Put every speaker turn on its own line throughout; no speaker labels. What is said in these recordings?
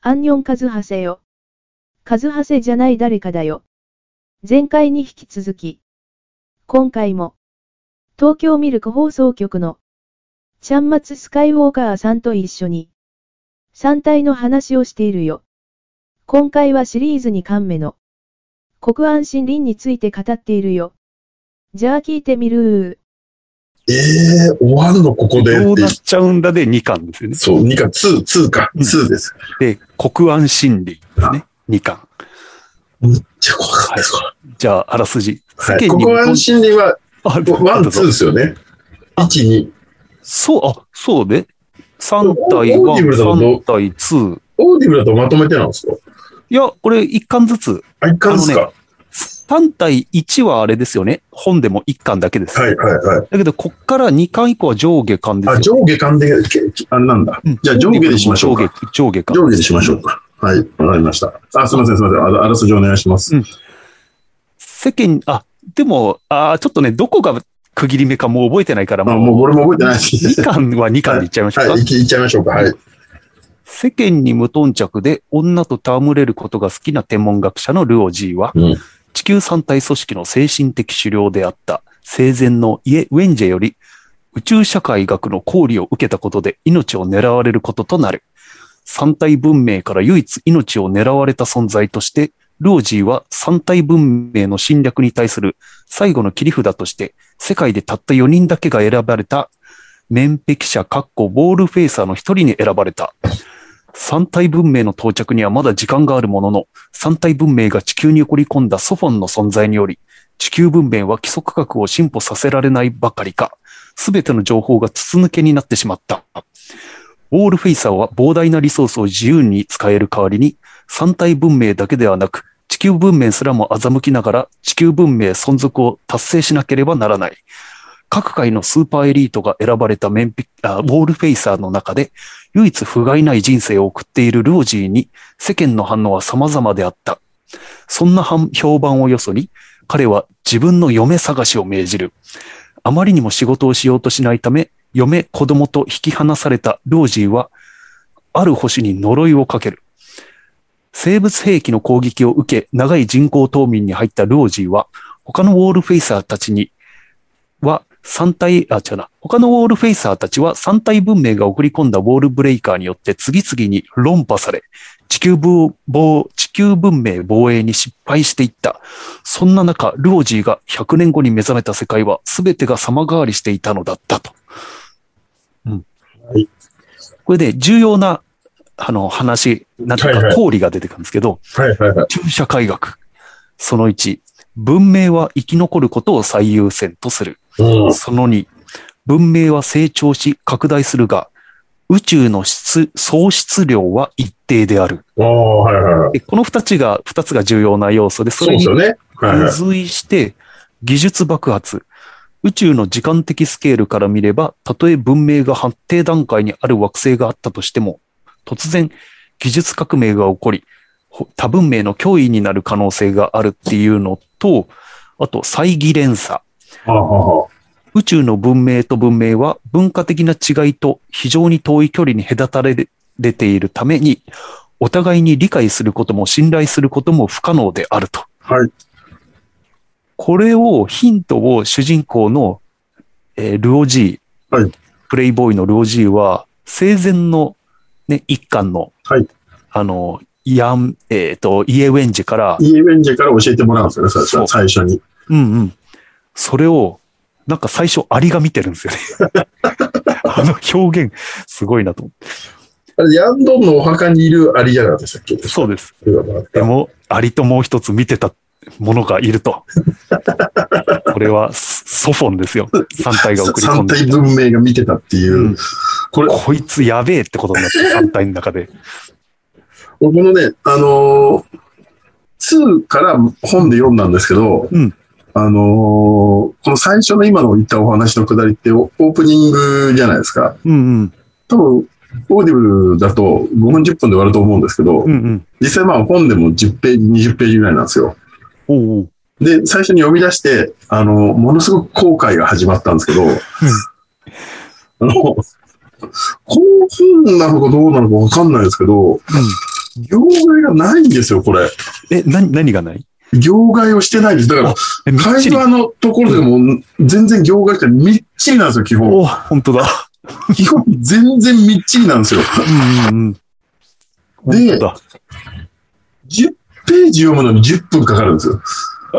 アンニョンカズハセよ。カズハセじゃない誰かだよ。前回に引き続き、今回も、東京ミルク放送局の、ちゃんまつスカイウォーカーさんと一緒に、三体の話をしているよ。今回はシリーズ2巻目の、国安森林について語っているよ。じゃあ聞いてみる
ええー、終わるのここで
ど
っ
う
て
なっちゃうんだで2巻ですよね。
そう、2か、2、2か、
うん
2です。
で、国安心理ですね。2巻。
じゃあ、怖かったです、こ
じゃあ、あらすじ。
れ。はい。ここは
理。
心理は、
あ、
ワン、
どう
ツ
ぞ
ーですよね。1、2。
そう、あ、そうで。3体
オーディブルだと
1、3体2。
オーディブルだとまとめてなんですか
いや、これ1巻ずつ。
あ、一巻ですか、
3体1はあれですよね。本でも1巻だけです。
はいはいはい。
だけど、こっから2巻以降は上下巻です
あ、
よ。
上下巻で、けけあ、なんだ。
うん
じゃあ上下でしましょう
上
か。
下、上下巻。
上下でしましょうか。はい、わかりました。あ、すみません、すみません。ああらすじお願いします。
うん世間、あ、でも、あーちょっとね、どこが区切り目かもう覚えてないから、
あ、もう俺も覚えてないし。
2巻は2巻でいっちゃいましょうか
はい、い。きいっちゃいましょうか。はい。
世間に無頓着で女と戯れることが好きな天文学者のルオジーは、
うん。
地球三体組織の精神的狩猟であった生前のイエ・ウェンジェより、宇宙社会学の考慮を受けたことで命を狙われることとなる。三体文明から唯一命を狙われた存在として、ルオジーは三体文明の侵略に対する最後の切り札として、世界でたった4人だけが選ばれた、面壁者カッコボールフェイサーの一人に選ばれた。三体文明の到着にはまだ時間があるものの、三体文明が地球に送り込んだソフォンの存在により、地球文明は基礎科学を進歩させられないばかりか、すべての情報が筒抜けになってしまった。ウォールフェイサーは膨大なリソースを自由に使える代わりに、三体文明だけではなく、地球文明すらも欺きながら地球文明存続を達成しなければならない。各界のスーパーエリートが選ばれた面壁あウォールフェイサーの中で、唯一不甲斐ない人生を送っているルオジーに世間の反応は様々であった。そんな反評判をよそに、彼は自分の嫁探しを命じる。あまりにも仕事をしようとしないため、嫁、子供と引き離されたルオジーは、ある星に呪いをかける。生物兵器の攻撃を受け、長い人工冬眠に入ったルオジーは、他のウォールフェイサーたちには三体、あ、違うな。他のウォールフェイサーたちは三体文明が送り込んだウォールブレイカーによって次々に論破され、地球防防地球文明防衛に失敗していった。そんな中、ルオジーが100年後に目覚めた世界は全てが様変わりしていたのだったと。うん。
はい
これで重要な、あの、話、なんていう
はいはい
か、氷が出てくるんですけど、
はいはいはい。
中社会学。その1、文明は生き残ることを最優先とする。
うん。
その2、文明は成長し拡大するが、宇宙の質、総質量は一定である。
ああ、はいはいはい。
でこの二つが、二つが重要な要素で、
そ
そ
う
れ
で
に
すよね。はい
付
はい。
随して、技術爆発。宇宙の時間的スケールから見れば、たとえ文明が発定段階にある惑星があったとしても、突然、技術革命が起こり、ほ多文明の脅威になる可能性があるっていうのと、あと、再議連鎖。
ああ、ああ。
宇宙の文明と文明は文化的な違いと非常に遠い距離に隔たれているために、お互いに理解することも信頼することも不可能であると。
はい。
これを、ヒントを主人公の、えールオジー、
はい
プレイボーイのルオジーは、生前の、ね、一巻の、
はい
あの、ヤン、えっ、と、イエウェンジから、
イエベンジェから教えてもらうんですよね、最
そ
初
う
最初に。
うんうん。それを、なんか最初、アリが見てるんですよね。あの表現、すごいなと思っ
あれ、ヤンドンのお墓にいるアリアナでしたっけ
て。そうです。
で
で
も
も、アリともう一つ見てたものがいると。これはソソフォンですよ。三体が送り込
三
んで
体
きた。
文明が見てたっていう、
うん
これ、こ
こいつやべえってことになって、三体の中で。
このね、あのー、2から本で読んだんですけど、
うん
あのーこの最初の今の言ったお話のくだりってオオープニングじゃないですか。
うんうん。
多分、オーディブルだと5分10分で終わると思うんですけど、
うんうん。
実際まあ本でも10ページ、20ページぐらいなんですよ。
おうおう。
で、最初に読み出して、あの、ものすごく後悔が始まったんですけど、あの、この本なのかどうなのかわかんないですけど、
う
業界がないんですよ、これ。
え、な、何がない
業界をしてないんです。だから、
え、みっち
会
り。
話のところでも、全然業界ってみっちりなんですよ、基本。
お、本当だ。
基本、全然みっちりなんですよ。
うんうんうん。
で
本当、だ。
10ページ読むのに10分かかるんですよ。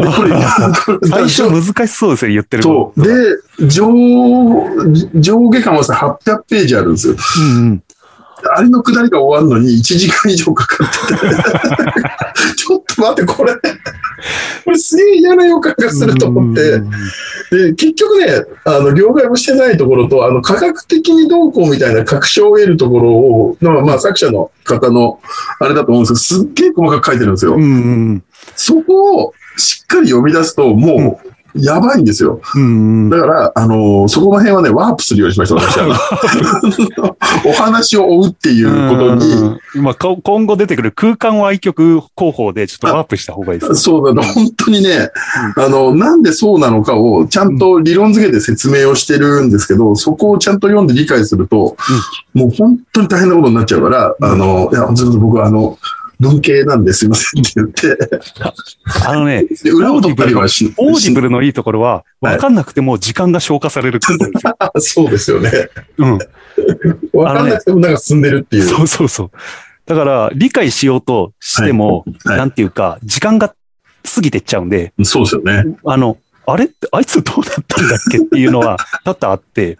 でこれ
最初難しそうですよ、言ってるこ
そう。で、上、上下巻はさ、800ページあるんですよ。
と。うんうん。
あれの下りが終わるのに1時間以上かかってて。ちょっと待って、これ、これすげえ嫌な予感がすると思って。
うんうんうん
で、結局ね、あの、業界もしてないところと、あの、科学的にどうこうみたいな確証を得るところを、まあ、まあ、作者の方の、あれだと思うんですけど、すっげえ細かく書いてるんですよ。
うんうん
そこをしっかり読み出すと、もう、やばいんですよ。
うんうん。
だから、あのそこの辺はね、ワープするようにしました、私は。 お話を追うっていうことに、
うんまあ、こ今後出てくる空間を愛曲広報でちょっとワープした方がいいです。
そうだね、本当にね、あの、なんでそうなのかをちゃんと理論付けで説明をしてるんですけど、そこをちゃんと読んで理解すると、もう本当に大変なことになっちゃうから、あの、いや、ずっと僕はあの、文系なんですいませんって言 って、
あ のね、
で裏を取ったりはし、
オーディブ
し
ルのいいところは、
はい
わかんなくても時間が消化されるってこと ですよ。
あそうですよね。
うん。
わかんなくてもなんか進んでるっていう。
そうそうそう。だから、理解しようとしても、
はい
なんていうか、時間が過ぎてっちゃうんで、
そうですよね。
あの、あれあいつどうなったんだっけっていうの は多々あって、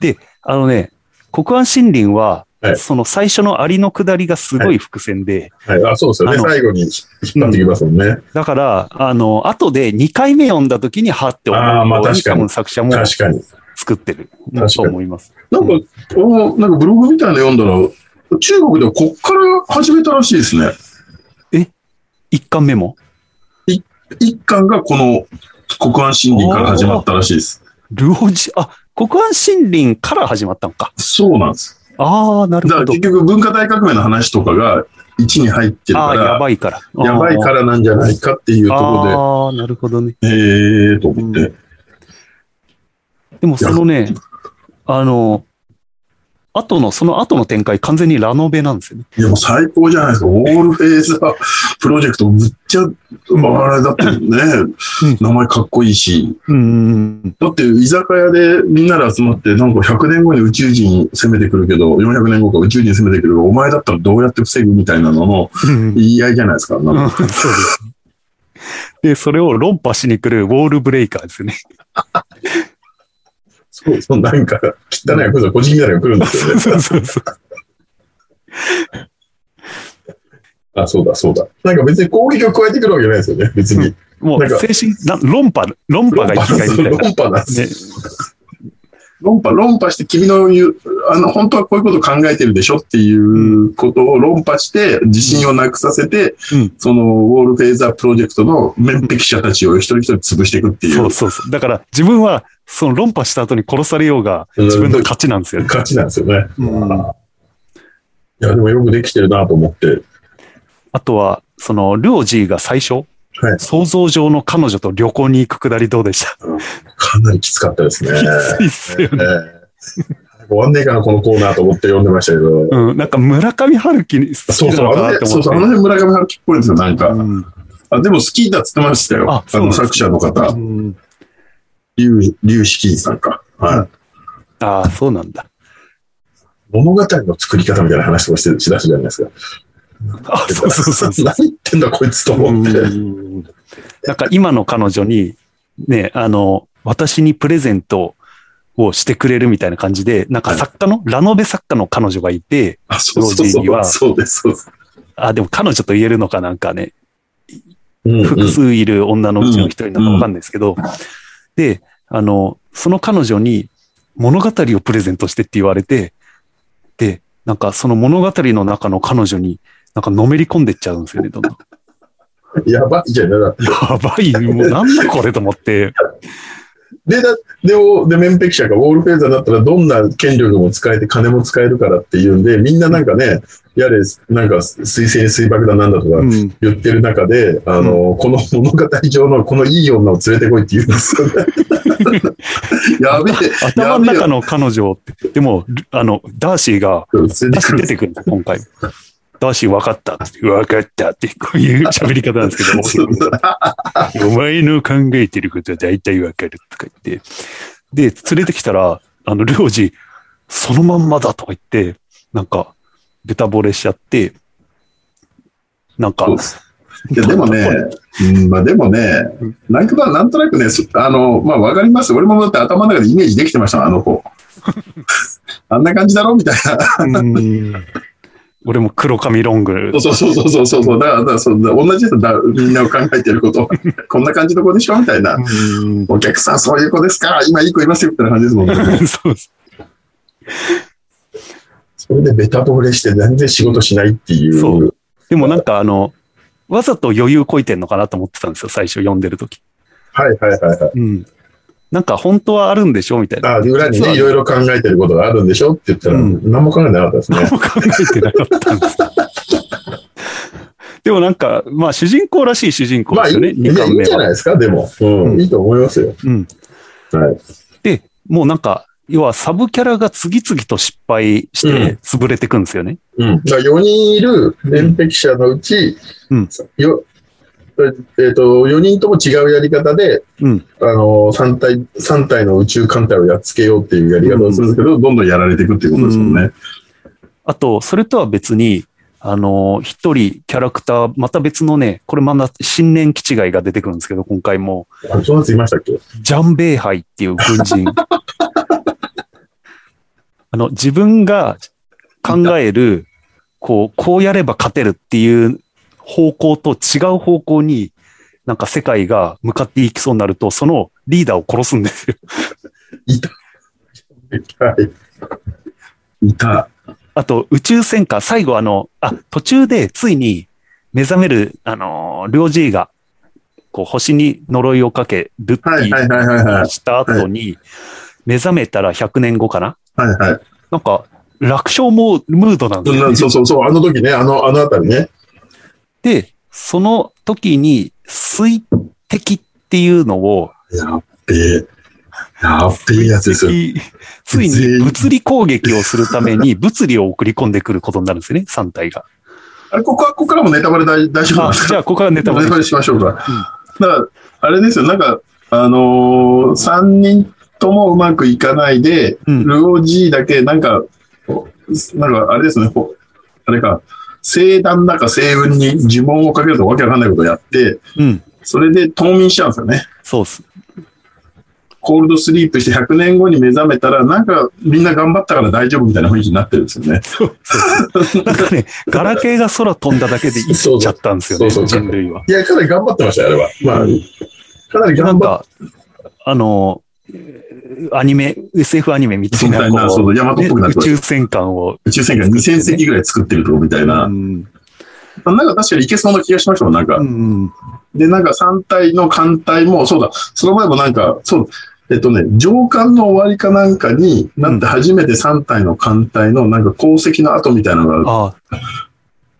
で、あのね、国安森林は、
はい
その最初のアリの下りがすごい伏線で、
はい。あ、そうですよね。
あの
最後に引っ張ってきますもんね。
だから、あの、後で2回目読んだ時に、はって思う
あーまあ
ように
確か
多
に
分作者も
確かに。
作ってる
かに
と思います。
なんか、おなんかブログみたいなの読んだら、中国ではこっから始めたらしいですね。
1巻目も。
一巻がこの国安森林から始まったらしいです。
ルオジ、あ、国安森林から始まったのか。
そうなんです。
ああ、なる
だか
ほ
ら
ど
結。局文化大革命の話とかが1に入ってる
あ
か
あー、や
ら、
ばいから。
やばいからなんじゃないかっていうとこ
ああー、なるほどね。
ろで、ええーと思って。
でもそのね、あの、後の、その後の展開、完全にラノベなんですよね。
でもう最高じゃないですか。オールフェイザープロジェクト、むっちゃ、まあ、あれだってね、名前かっこいいし。
うん。
だって、居酒屋でみんなで集まって、なんか100年後に宇宙人攻めてくるけど、400年後か宇宙人攻めてくるけど、お前だったらどうやって防ぐみたいなのの
うん
言い合いじゃないですか。なんか
そうです。で、それを論破しに来るウォールブレイカーです よね。
そうそう、なんか、汚いこと、個人みたいなのが来るんですよね。
そうそうそう。
あ、そうだ、そうだ。なんか別に攻撃を加えてくるわけじゃないですよね、別に。
も
なん
う、
か
精神、な論破、論破が生きがいみたいな。
論破なんですよ
ね、
論破、論破して君の言う、あの、本当はこういうこと考えてるでしょっていうことを論破して、自信をなくさせて、
うん
その、ウォールフェイザープロジェクトの面壁者たちを一人一人潰していくってい
そううそうそう。だから、自分は、その論破した後に殺されようが、
うん
自分の勝ちなんですよね。
勝ちなんですよね。
うん
いや、でもよくできてるなと思って。
あとは、その、ルオジーが最初、
はい
想像上の彼女と旅行に行くくだりどうでした
かなりきつかったですね。
きついっすよね。
ええ終わんねえかな、このコーナーと思って読んでましたけど。
うん、なんか村上春樹に好
そう
き
そ
な
う、
の
あの
かな
ね
って
そ
思
う
っ
そう、あの辺村上春樹っぽいですよ、なんか。
て。
あでも好きだっつってましたよ。あ
あそうな
の
んですね
作者の方、
うん
劉劉志金さんか。はい。
ああ、そうなんだ。
物語の作り方みたいな話をしてしだすじゃないですか。
あそうそうそうそう。
何言ってんだ、こいつと思って。
うんなんか今の彼女に、ね、あの、私にプレゼントをしてくれるみたいな感じで、なんか作家の、ラノベ作家の彼女がいて、
あ、そうそう
ロジーに
そう。
は
そうです、そうです。
あ、でも彼女と言えるのかなんかね、
うんうん
複数いる女のうちの一人なのかわかんないですけど、で、あの、その彼女に物語をプレゼントしてって言われて、で、なんかその物語の中の彼女に、なんかのめり込んでっちゃうんですよね、どんどん。
やばいじゃん。だから
やばい、もうなんだこれと思って。
で、だで、おで、面壁者がウォールフェイザーだったらどんな権力も使えて金も使えるからっていうんで、みんななんかね、やれ、なんか水星水爆弾なんだとか
うん。
言ってる中で、あの、この物語上のこのいい女を連れてこいって言うんですよね。やべえ、
頭の
やべえ
中の彼女って、でも、あの、ダーシーが、
連れて
ダーシ
く
ー
る
出てくるんですよ、今回。ダーシー分かったって分かったって、こういう喋り方なんですけど、面白いお前の考えてることは大体わかるとか言って。で、連れてきたら、あの、領事、そのまんまだとか言って、なんか、ベタ惚れしちゃって、なんか
そう、ですいやでもね、うん、まあでもね、なんかまあなんとなくね、そあの、まあわかります。俺もだって頭の中でイメージできてましたもん、あの子。あんな感じだろみたいな。
うん俺も黒髪ロング
そうそうそうそうそうそう。だから、だからそうだ同じですだみんなを考えてる こと。こんな感じの子でしょみたいな。
うん
お客さん、そういう子ですから、今いい子いますよみたいな感じですもんね。
そうです
それでベタ惚れして全然仕事しないっていう。
そうでもなんかあの、わざと余裕こいてんのかなと思ってたんですよ、最初読んでる時
はいはいはいはい。
うん。なんか本当はあるんでしょみたいな。
あ裏に
実
ね、
はい
ろいろ考えてることがあるんでしょって言ったら、
うん
何も考えてなかったですね
何。も考えてなかったんです。でもなんか、まあ主人公らしい主人公
ま
で
あ、いい
すよね、
い
2
やい
巻
いん
目
じゃ
は。
ないですか、でも。う、
うんん
いいと思いますよ。
うん。
はい。
で、もうなんか、要はサブキャラが次々と失敗し
うん
て潰れてくんですよね。
うん。だ4人いる連璧者のうち、
うん
よえっ、と、4人とも違うやり方で、
うん。
あの、3体、三体の宇宙艦隊をやっつけようっていうやり方をするんですけど、どんどんやられていくっていうことですもんね。
あと、それとは別に、あの、一人キャラクター、また別のね、これまだ新年気違いが出てくるんですけど、今回も、
あ、そんなやついましたっけ
ジャンベイハイっていう軍人。あの、自分が考える、こう、こうやれば勝てるっていう方向と違う方向に、なんか世界が向かっていきそうになると、そのリーダーを殺すんですよ。
いた。はい。いた。
あと、宇宙戦艦、最後あの、あ、途中でついに目覚める、あのー、領事が、こう、星に呪いをかけ、ルッ
はい
キ
はいはいはいは
ー
い。
した後に、目覚めたら100年後かな
はいはい。
なんか、楽勝モムードなんで
そ
す
ん
よ、
な
ね。
そうそうそう、あの時ね、あの、あのあたりね。
で、その時に、水滴っていうのを、
やっべえ。やっべえやつですよ。
水滴ついに物理攻撃をするため に物理を送り込んでくることになるんですよね、3体が。
あれ、ここは、ここからもネタバレ大大丈夫なん
あ
ですか
じゃあ、ここからネタバレ
ネタバレしましょうか。だから、あれですよ、なんか、あのー、3人ともうまくいかないで、
うん
ルオジーだけ、なんか、こうなんかあれですね、こうあれか、聖断だか星雲に呪文をかけるとわけわかんないことをやって、
うん、
それで冬眠しちゃうんですよね。
そうっす。
コールドスリープして100年後に目覚めたら、なんかみんな頑張ったから大丈夫みたいな雰囲気になってるんですよね。
なんかね、ガラケーが空飛んだ だけで生きちゃったんですよね、
そうそう
人類は。
いや、かなり頑張ってましたよ、あれは。まあ、かなり
な
頑
ん
張っ
か、あの、アニメ、SF アニメみた
て
い
みた
な、
いな、そ
こ
う、大和っ
う、ね
ぽくなっ
宇
てました
宙戦艦を、
宇宙戦艦2000隻ぐらい作ってるとこみたいな。
うん、
なんか確かにいけそうな気がしましたもん、なんか
う。ん、
で、なんか3体の艦隊も、そうだ、その前もなんか、そう、えっとね、上艦の終わりかなんかになって初めて3体の艦隊のなんか鉱石の跡みたいなのが、
あ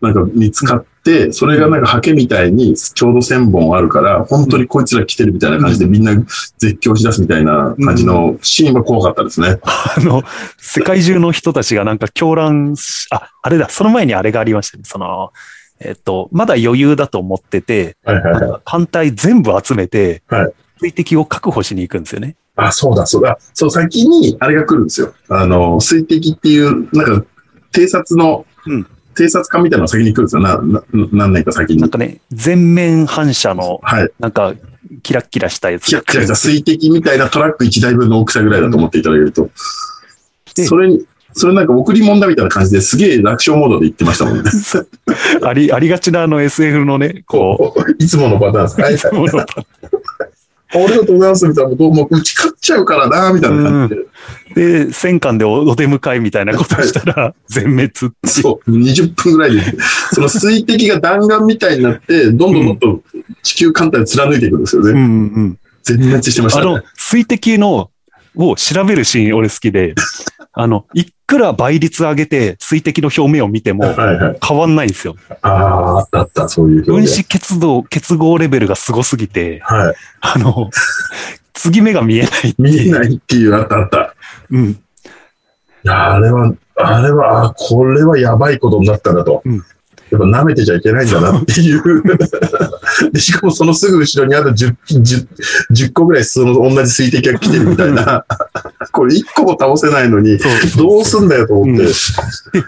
なんか見つかって、それがなんかハケみたいにちょうど1000本あるから、本当にこいつら来てるみたいな感じでみんな絶叫しだすみたいな感じのシーンは怖かったですね。
あの、世界中の人たちがなんか狂乱し、あ、あれだ、その前にあれがありましたね、その、えっと、まだ余裕だと思ってて、
はいはいはい。
艦隊全部集めて
はい、
水滴を確保しに行くんですよね。
あ、そうだ、そうだ。そう、先に、あれが来るんですよ。あの、水滴っていう、なんか、偵察の、
うん
偵察官みたいなのが先に来るんですよ。な、な何年か先に
なん。かね、全面反射の、
はい。
なんか、キラッキラしたやつ
キラ
が
ッキラ
来
した
る。
水滴みたいなトラック1台分の大きさぐらいだと思っていただけると。
で
それに、それなんか贈り物だみたいな感じですげえ楽勝モードで言ってましたもんね。
あり、ありがちなあの SF のね、
こ
こ
う、いつものパターンです。はい
つもの
ありがとうございますみたいな、どうも、うち勝っちゃうからな、みたいな感じで。
う、で、戦艦でおお出迎えみたいなことしたら、全滅っていう。
そう、20分ぐらいで、その水滴が弾丸みたいになって、どんどんどんどん地球艦隊を貫いていくんですよね。
うんうん。
全滅してまし
あ
たね
の。、水滴の、を調べるシーン俺好きで、 あの、いくら倍率上げて水滴の表面を見ても
はいはい。
変わんないんですよ。
ああ、あったあった、そういう
分
表現。
子結動、結合レベルがすごすぎて、
はい。
あの、継ぎ目が見えない。
見えないっていう、あったあった。
うん。
いや、あれは、あれは、あこれはやばいことになったなと。
うん
やっぱ舐めてちゃいけないんだなって いう。でしかもそのすぐ後ろにあと 10, 10, 10個ぐらいその同じ水滴が来てるみたいな。これ1個も倒せないのに、
そう
どうすんだよと思って。
うん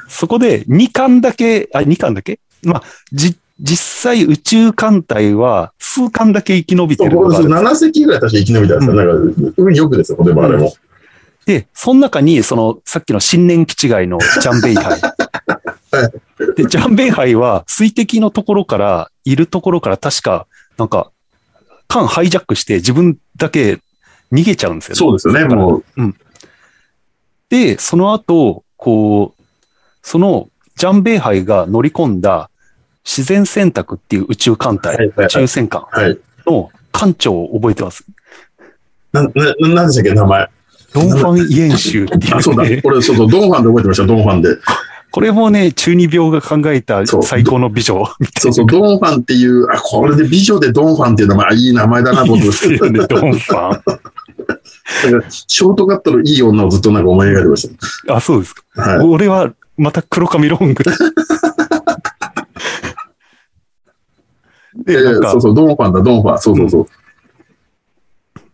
そこで2巻だけ、あ、2巻だけまあ、じ、実際宇宙艦隊は数巻だけ生き延びて
そう
るの
僕
がある。
7席ぐらい確か生き延びたんですよ。なんか、運よくですよ、これもあれも。
で、その中に、その、さっきの新年基地外のジャンベイ杯。で、ジャンベイ杯は水滴のところから、いるところから確か、なんか、缶ハイジャックして自分だけ逃げちゃうんですよね。
そうですよね、もう。
で、その後、こう、そのジャンベイ杯が乗り込んだ自然選択っていう宇宙艦隊、
はいはいはい
宇宙戦艦
はい。
の艦長を覚えてます。
な、な、なんでしたっけ、名前。
ドンファン・イエンシューって
あ、 そうだ
いう、ね。、
俺、そうそう、ドンファンで覚えてました、ドンファン で。
これもね、中二病が考えた
そう
最高の美女。
そうそう、ドンファンっていう、あ、これで美女でドンファンっていう名前、あいい名前だなと
い
思
い
っ
で
て、
すよね、ドンファン。
なんかショートカットのいい女をずっとなんか思い描いてまし
あ、そうですか。
た。はい。
俺は、また黒髪ロ ング。
いや
で、
い
な
や
んか
そう、そう、ドンファンだ、ドンファン。そうそうそう。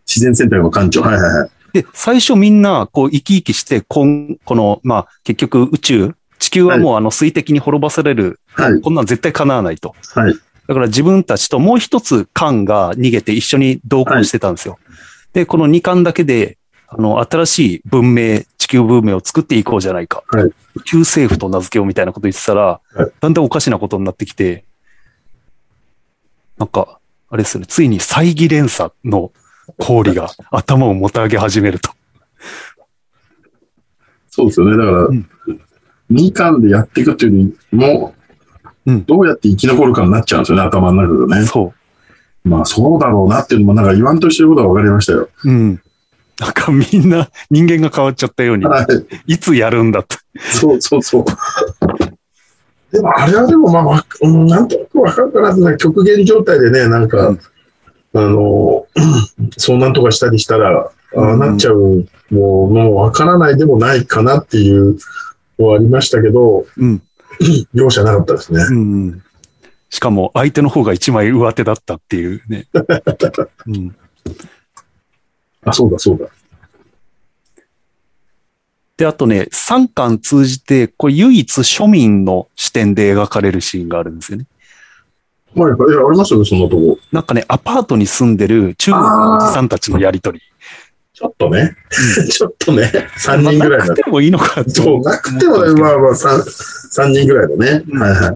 自然戦隊の艦長。はいはいはい。
で、最初みんな、こう、生き生きして、こん、この、まあ、結局宇宙、地球はもうあの水滴に滅ぼされる、
はい。
こんなん絶対叶わないと。
はい。
だから自分たちともう一つ艦が逃げて一緒に同行してたんですよ。で、この二艦だけで、あの、新しい文明、地球文明を作っていこうじゃないか。
はい
宇宙政府と名付けようみたいなこと言ってたら、
はい
だんだんおかしなことになってきて、なんか、あれですよね、ついに猜疑連鎖の氷が頭をもたげ始めると。
そうですよね。だから
ん、
二巻でやっていくっていうのも、
うん
どうやって生き残るかになっちゃうんですよね、頭の中でね。
そ
まあ、そうだろうなっていうのも、なんか言わんとしてることは分かりましたよ。
う。うん。なんかみんな人間が変わっちゃったように、
はい。
いつやるんだと。
そうそうそう。でも、あれはでも、まあわか、うんなんとなく分かるからずね、極限状態でね、なんか、
うん
あの、 遭難とかしたりしたら、ああなっちゃう、もう、もう分からないでもないかなっていうのはありましたけど、
うん。
容赦なかったですね。
うん。しかも相手の方が一枚上手だったっていう ね。うん、
あ、そうだそうだ。
で、あとね、3巻通じて、これ唯一庶民の視点で描かれるシーンがあるんですよね。
はいはい、いや、ありましたよ、そんなとこ。
なんかね、アパートに住んでる中国のおじさんたちのやりとり。
ちょっとね、 ちょっとね、3人ぐらい
ま
だ
あなくてもいいのかと
そう、なくてもね、まあまあ、3、三人ぐらいだね。
うん
はいは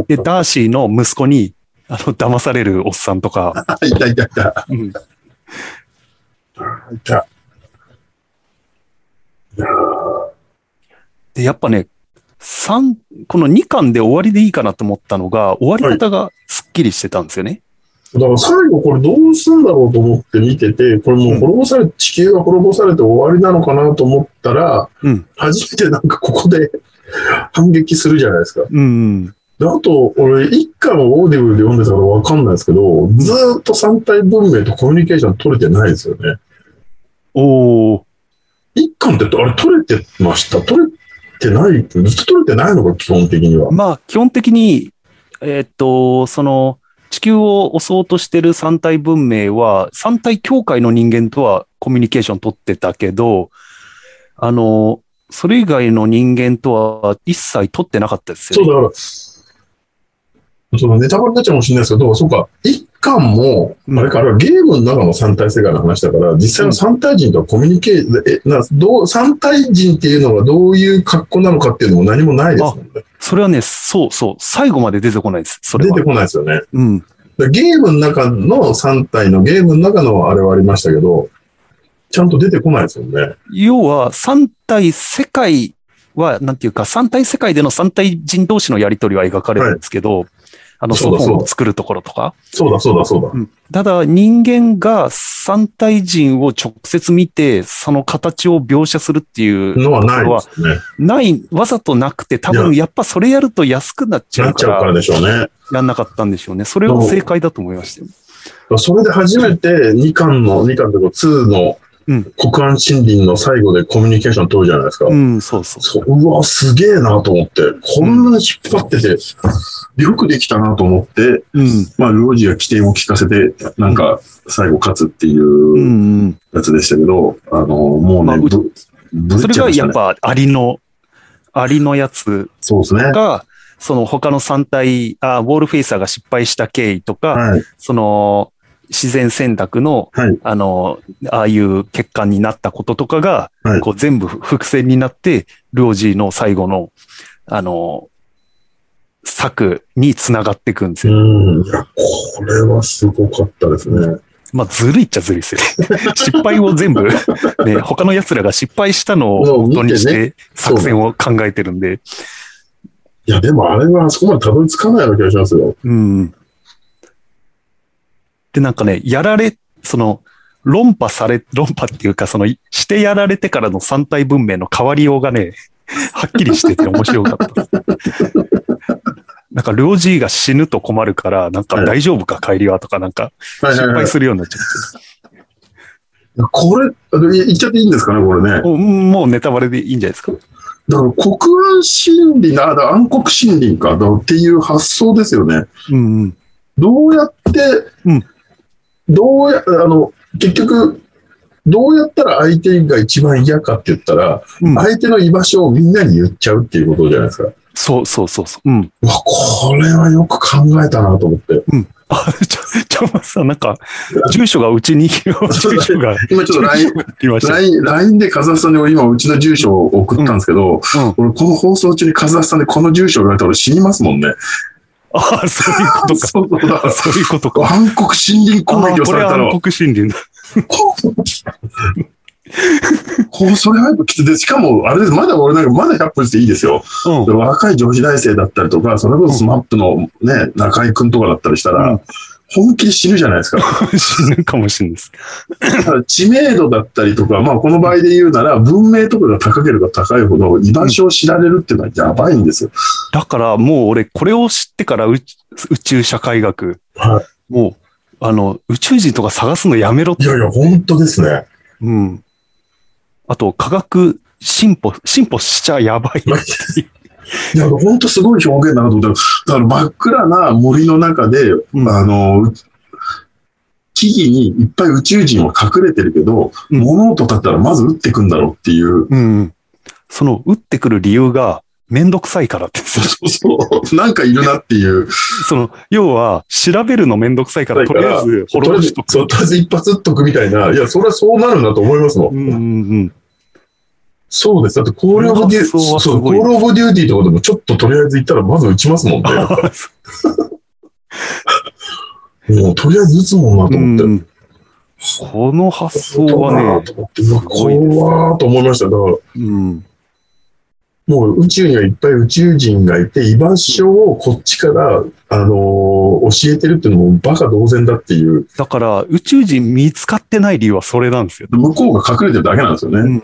い。
で、ダーシーの息子に、あの、騙されるおっさんとか、
あ、いたいたいた。
うん
いた。
で、やっぱね、三、この2巻で終わりでいいかなと思ったのが、終わり方がすっきりしてたんですよね。
だから最後これどうすんだろうと思って見てて、これもう滅ぼされ、地球が滅ぼされて終わりなのかなと思ったら、
うん
初めてなんかここで 反撃するじゃないですか。
うん。
で、あと、俺、一巻をオーディブルで読んでたからわかんないですけど、ずーっと三体文明とコミュニケーション取れてないですよね。
おー。
一巻ってあれ取れてました取れてないずっと取れてないのか、基本的には。
まあ、基本的に、えーっと、その、地球を襲おうとしてる三体文明は、三体協会の人間とはコミュニケーション取ってたけど、あの、それ以外の人間とは一切取ってなかったです
そ
よ
う
ね。
だから、そのネタバレになっちゃうかもしれないですけど、そうか、一巻も、
うん
あれからゲームの中の三体世界の話だから、実際の三体人とはコミュニケーション、えなどう三体人っていうのはどういう格好なのかっていうのも何もないですもんね。
それはね、そうそう、最後まで出てこないです、それ
出
は
て。こないですよね。
うん。
でゲームの中の三体のゲームの中のあれはありましたけど、ちゃんと出てこないですよね。
要は、三体世界は、なんていうか、三体世界での三体人同士のやりとりは描かれるんですけど、あの、
そ
ソ
うだ
フォン
そう
を
だ
作るところとか、
そうだそうだそうだ。
うんただ人間が三体人を直接見て、その形を描写するっていう、
のはないですよね。
ない、わざとなくて、多分やっぱそれやると安くなっちゃ
な
う
っち
か
ゃうから
ら、
でしょうね。
やんなかったんでしょうね。それは正解だと思いましたよ。
それで初めて2巻の、2巻というか2の
うん
国安森林の最後でコミュニケーション取るじゃないですか。
うん、そうそう。
そううわ、すげえなと思って、こんなに引っ張ってて、よくできたなと思って、
うん。
まあ、ルオジが起点を聞かせて、なんか、最後勝つってい
うん
う
うん。
やつでしたけど、あの、もう
まあ
ね、
う
ぶぶっ
それ
ちゃい
が
まし
や
た
っ
ね。
ぱアリの、アリのやつ
そうですね。
が、その他の3体、あウォールフェイサーが失敗した経緯とか、
はい。
その、自然選択の、
はい
あの、ああいう欠陥になったこととかが、
はい
こう全部伏線になって、ルオジーの最後の、あの、策につながっていくんですよ。
うん。いや、これはすごかったですね。
まあ、ずるいっちゃずるいですよ ね。失敗を全部、ね、他の奴らが失敗したのを元にし
もう
て作戦を考えてるんで、
いや、でもあれはあそこまでたどり着かないような気がしますよ。
うん。で、なんかね、やられ、その、論破され、論破っていうか、その、してやられてからの三体文明の変わりようがね、はっきりしてて面白かった です。なんか、領事が死ぬと困るから、なんか
はい
大丈夫か、帰りはとか、なんか、
はいは
失
いはい
敗。するようになっちゃって。
これ、あのい言っちゃっていいんですかね、これね。
もうもうネタバレでいいんじゃないですか。
だから国安心理な、あだから暗黒森林か、だからっていう発想ですよね。
うんうん。
どうやって、
うん
どうや、あの、結局、どうやったら相手が一番嫌かって言ったら、
うん
相手の居場所をみんなに言っちゃうっていうことじゃないですか。
そうそうそうそう。うん。
うわ、これはよく考えたなと思って。
あ、ちょ、ちょ、まさん、なんか、住所がうちに、住所が、
今ちょっと LINE
来ました。
LINE、LINE でカザフスタンに今うちの住所を送ったんですけど、
うん。
俺この放送中にカザフスタンでこの住所言われたら俺死にますもんね。
あ、そういうことか。
そうそうだから
そういうことか。
暗黒森林攻撃をされた
あーこれ
の。
暗黒森林だ。
こうこう、それはやっぱきつい。で、しかも、あれです。まだ俺なんか、まだ100分していいですよ。
うん。
若い女子大生だったりとか、それこそスマップのね、中井くんとかだったりしたら、
うん
本気で死ぬじゃないですか。
死ぬかもしれないです。
だから知名度だったりとか、まあこの場合で言うなら、文明とかが高ければ高いほど、居場所を知られるっていうのはやばいんですよ。
だからもう俺、これを知ってから宇宇宙社会学、
は
もう、あの、宇宙人とか探すのやめろっ
い
て。
やいや、本当ですね。
うん。あと、科学進歩、進歩しちゃやばい。
いや、本当すごい表現だなと思った。だから真っ暗な森の中で、
うん
あの、う木々にいっぱい宇宙人は隠れてるけど、
うん
物音立ったらまず撃ってくんだろうっていう。
うん。その、打ってくる理由が、めんどくさいからって。
そうそう。なんかいるなっていう。
その、要は、調べるのめんどくさいから、とりあえず、
とりあえ
滅ぼ
ず
しと、く。
そうとりあえず一発撃っとくみたいな。いや、それはそうなるんだと思いますもん。
うんうんうん。
そうです。だって、コールオブデュ
この発想はす
そう、コ
ごい
ールオブデューティーとかでも、ちょっととりあえず行ったらまず撃ちます もんね。 もう、とりあえず撃つもんなと思って。
うんこの発想はね、
と思って、うわ、
ごいです
怖ーと思いました。だから、
うん。
もう宇宙にはいっぱい宇宙人がいて、居場所をこっちから、あのー教えてるっていうのもバカ同然だっていう。
だから、宇宙人見つかってない理由はそれなんですよ。
向こうが隠れてるだけなんですよね。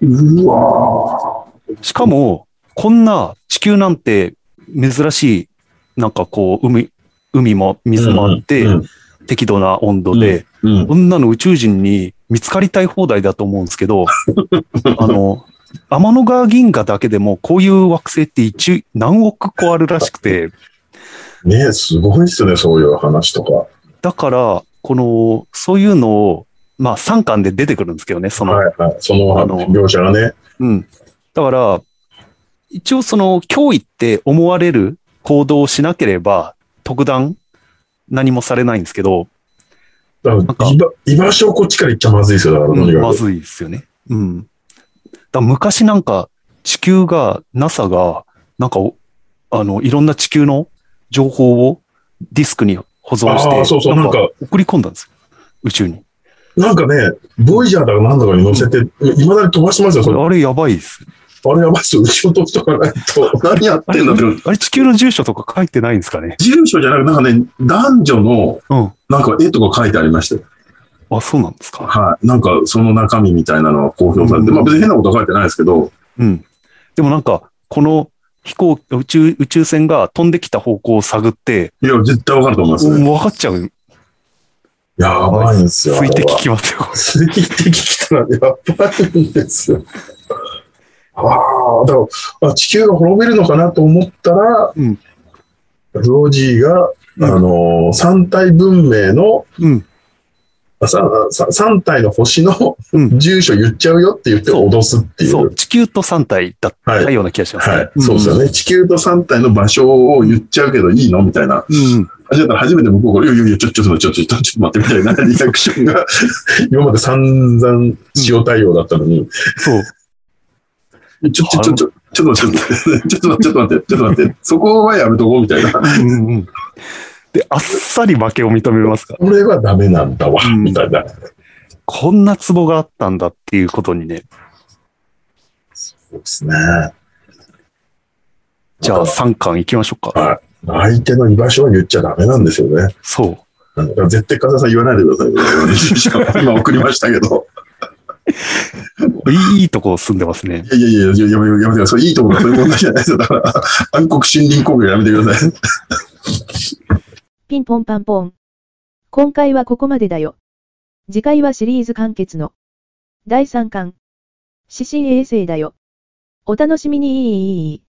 うわ
しかも、こんな地球なんて珍しい、なんかこう、海、海も
ー
水もあって、
うん
適度な温度で、
うん
こんなの宇宙人に見つかりたい放題だと思うんです けど、あの、天の川銀河だけでも、こういう惑星って一、何億個あるらしくて、
ねえすごいですよね、そういう話とか。
だから、この、そういうのを、まあ、3巻で出てくるんですけどね、その、
はいはい。その
あの
描写がね。
うん。だから、一応その脅威って思われる行動をしなければ、特段何もされないんですけど、
だから
んか
居場居場所をこっちから行っちゃまずいですよ、だから、とにかく
まずいですよね。うん。だから昔なんか地球が、NASA が、なんかお、あの、いろんな地球の情報をディスクに保存し
あ
て、
あそうそうなんか
送り込んだんですよ。宇宙に。
なんかね、ボイジャーだかなんだかに乗せて、いまだに飛ばしてますよ、そ
こ
れ
れ。あれやばいです。
あれやばいっすよ、後ろ飛ぶとかないと。 何やっ
あれ、
てんだって。
あれ地球の住所とか書いてないんですかね。
住所じゃなくて、なんかね、男女の、
うん。
なんか絵とか書いてありましたよ。
あ、そうなんですか。
はい。なんか、その中身みたいなのは公表されて、
うん
まあ別に変なことは書いてないですけど、
うん。でもなんか、この飛行、宇宙、宇宙船が飛んできた方向を探って、
いや、絶対わかると思いますね。
分かっちゃう。
やばいんですよ。
水滴
あれは
きますよ、これ
水滴来たらやばいんですよ。ああ、だからあ、地球が滅びるのかなと思ったら、
うん
ロジーが、
うん
あのー三体文明の、
うん。
あささ三体の星の
うん
住所言っちゃうよって言って脅すっていう。
そう、地球と3体だっ
はい
たような気がしますね。
はい。そうですよ
ね。
ね。地球と三体の場所を言っちゃうけどいいのみたいな。
うん。
初めて初めて向こうから、いやいやいや、ちょ、ちょっと待って、ちょっとちょっと待って、みたいなリアクションが、今まで散々塩対応だったのに、
そう。
ちょ、ちょ、ちょ、ちょ、ちょっと待って、ちょっと待って、ちょっと待って、ちょっと待って、そこはやめとこうみたいな。
うんうん。で、あっさり負けを認めますから。
これはダメなんだわ
う、ん
みたいな。
こんなツボがあったんだっていうことにね。
そうですね。
じゃあ3巻いきましょうか。
はい。相手の居場所は言っちゃダメなんですよね。
そう。
なんか絶対、風さん言わないでくだ さい。今送りましたけど。
いいとこ住んでますね。
いやいやいや、やめやめやめてください。いいところがそういう問題じゃないですよ。だから、暗黒森林工業やめてください。
ピンポンパンポン。今回はここまでだよ。次回はシリーズ完結の第3巻。指針衛星だよ。お楽しみにいいいいいいいい。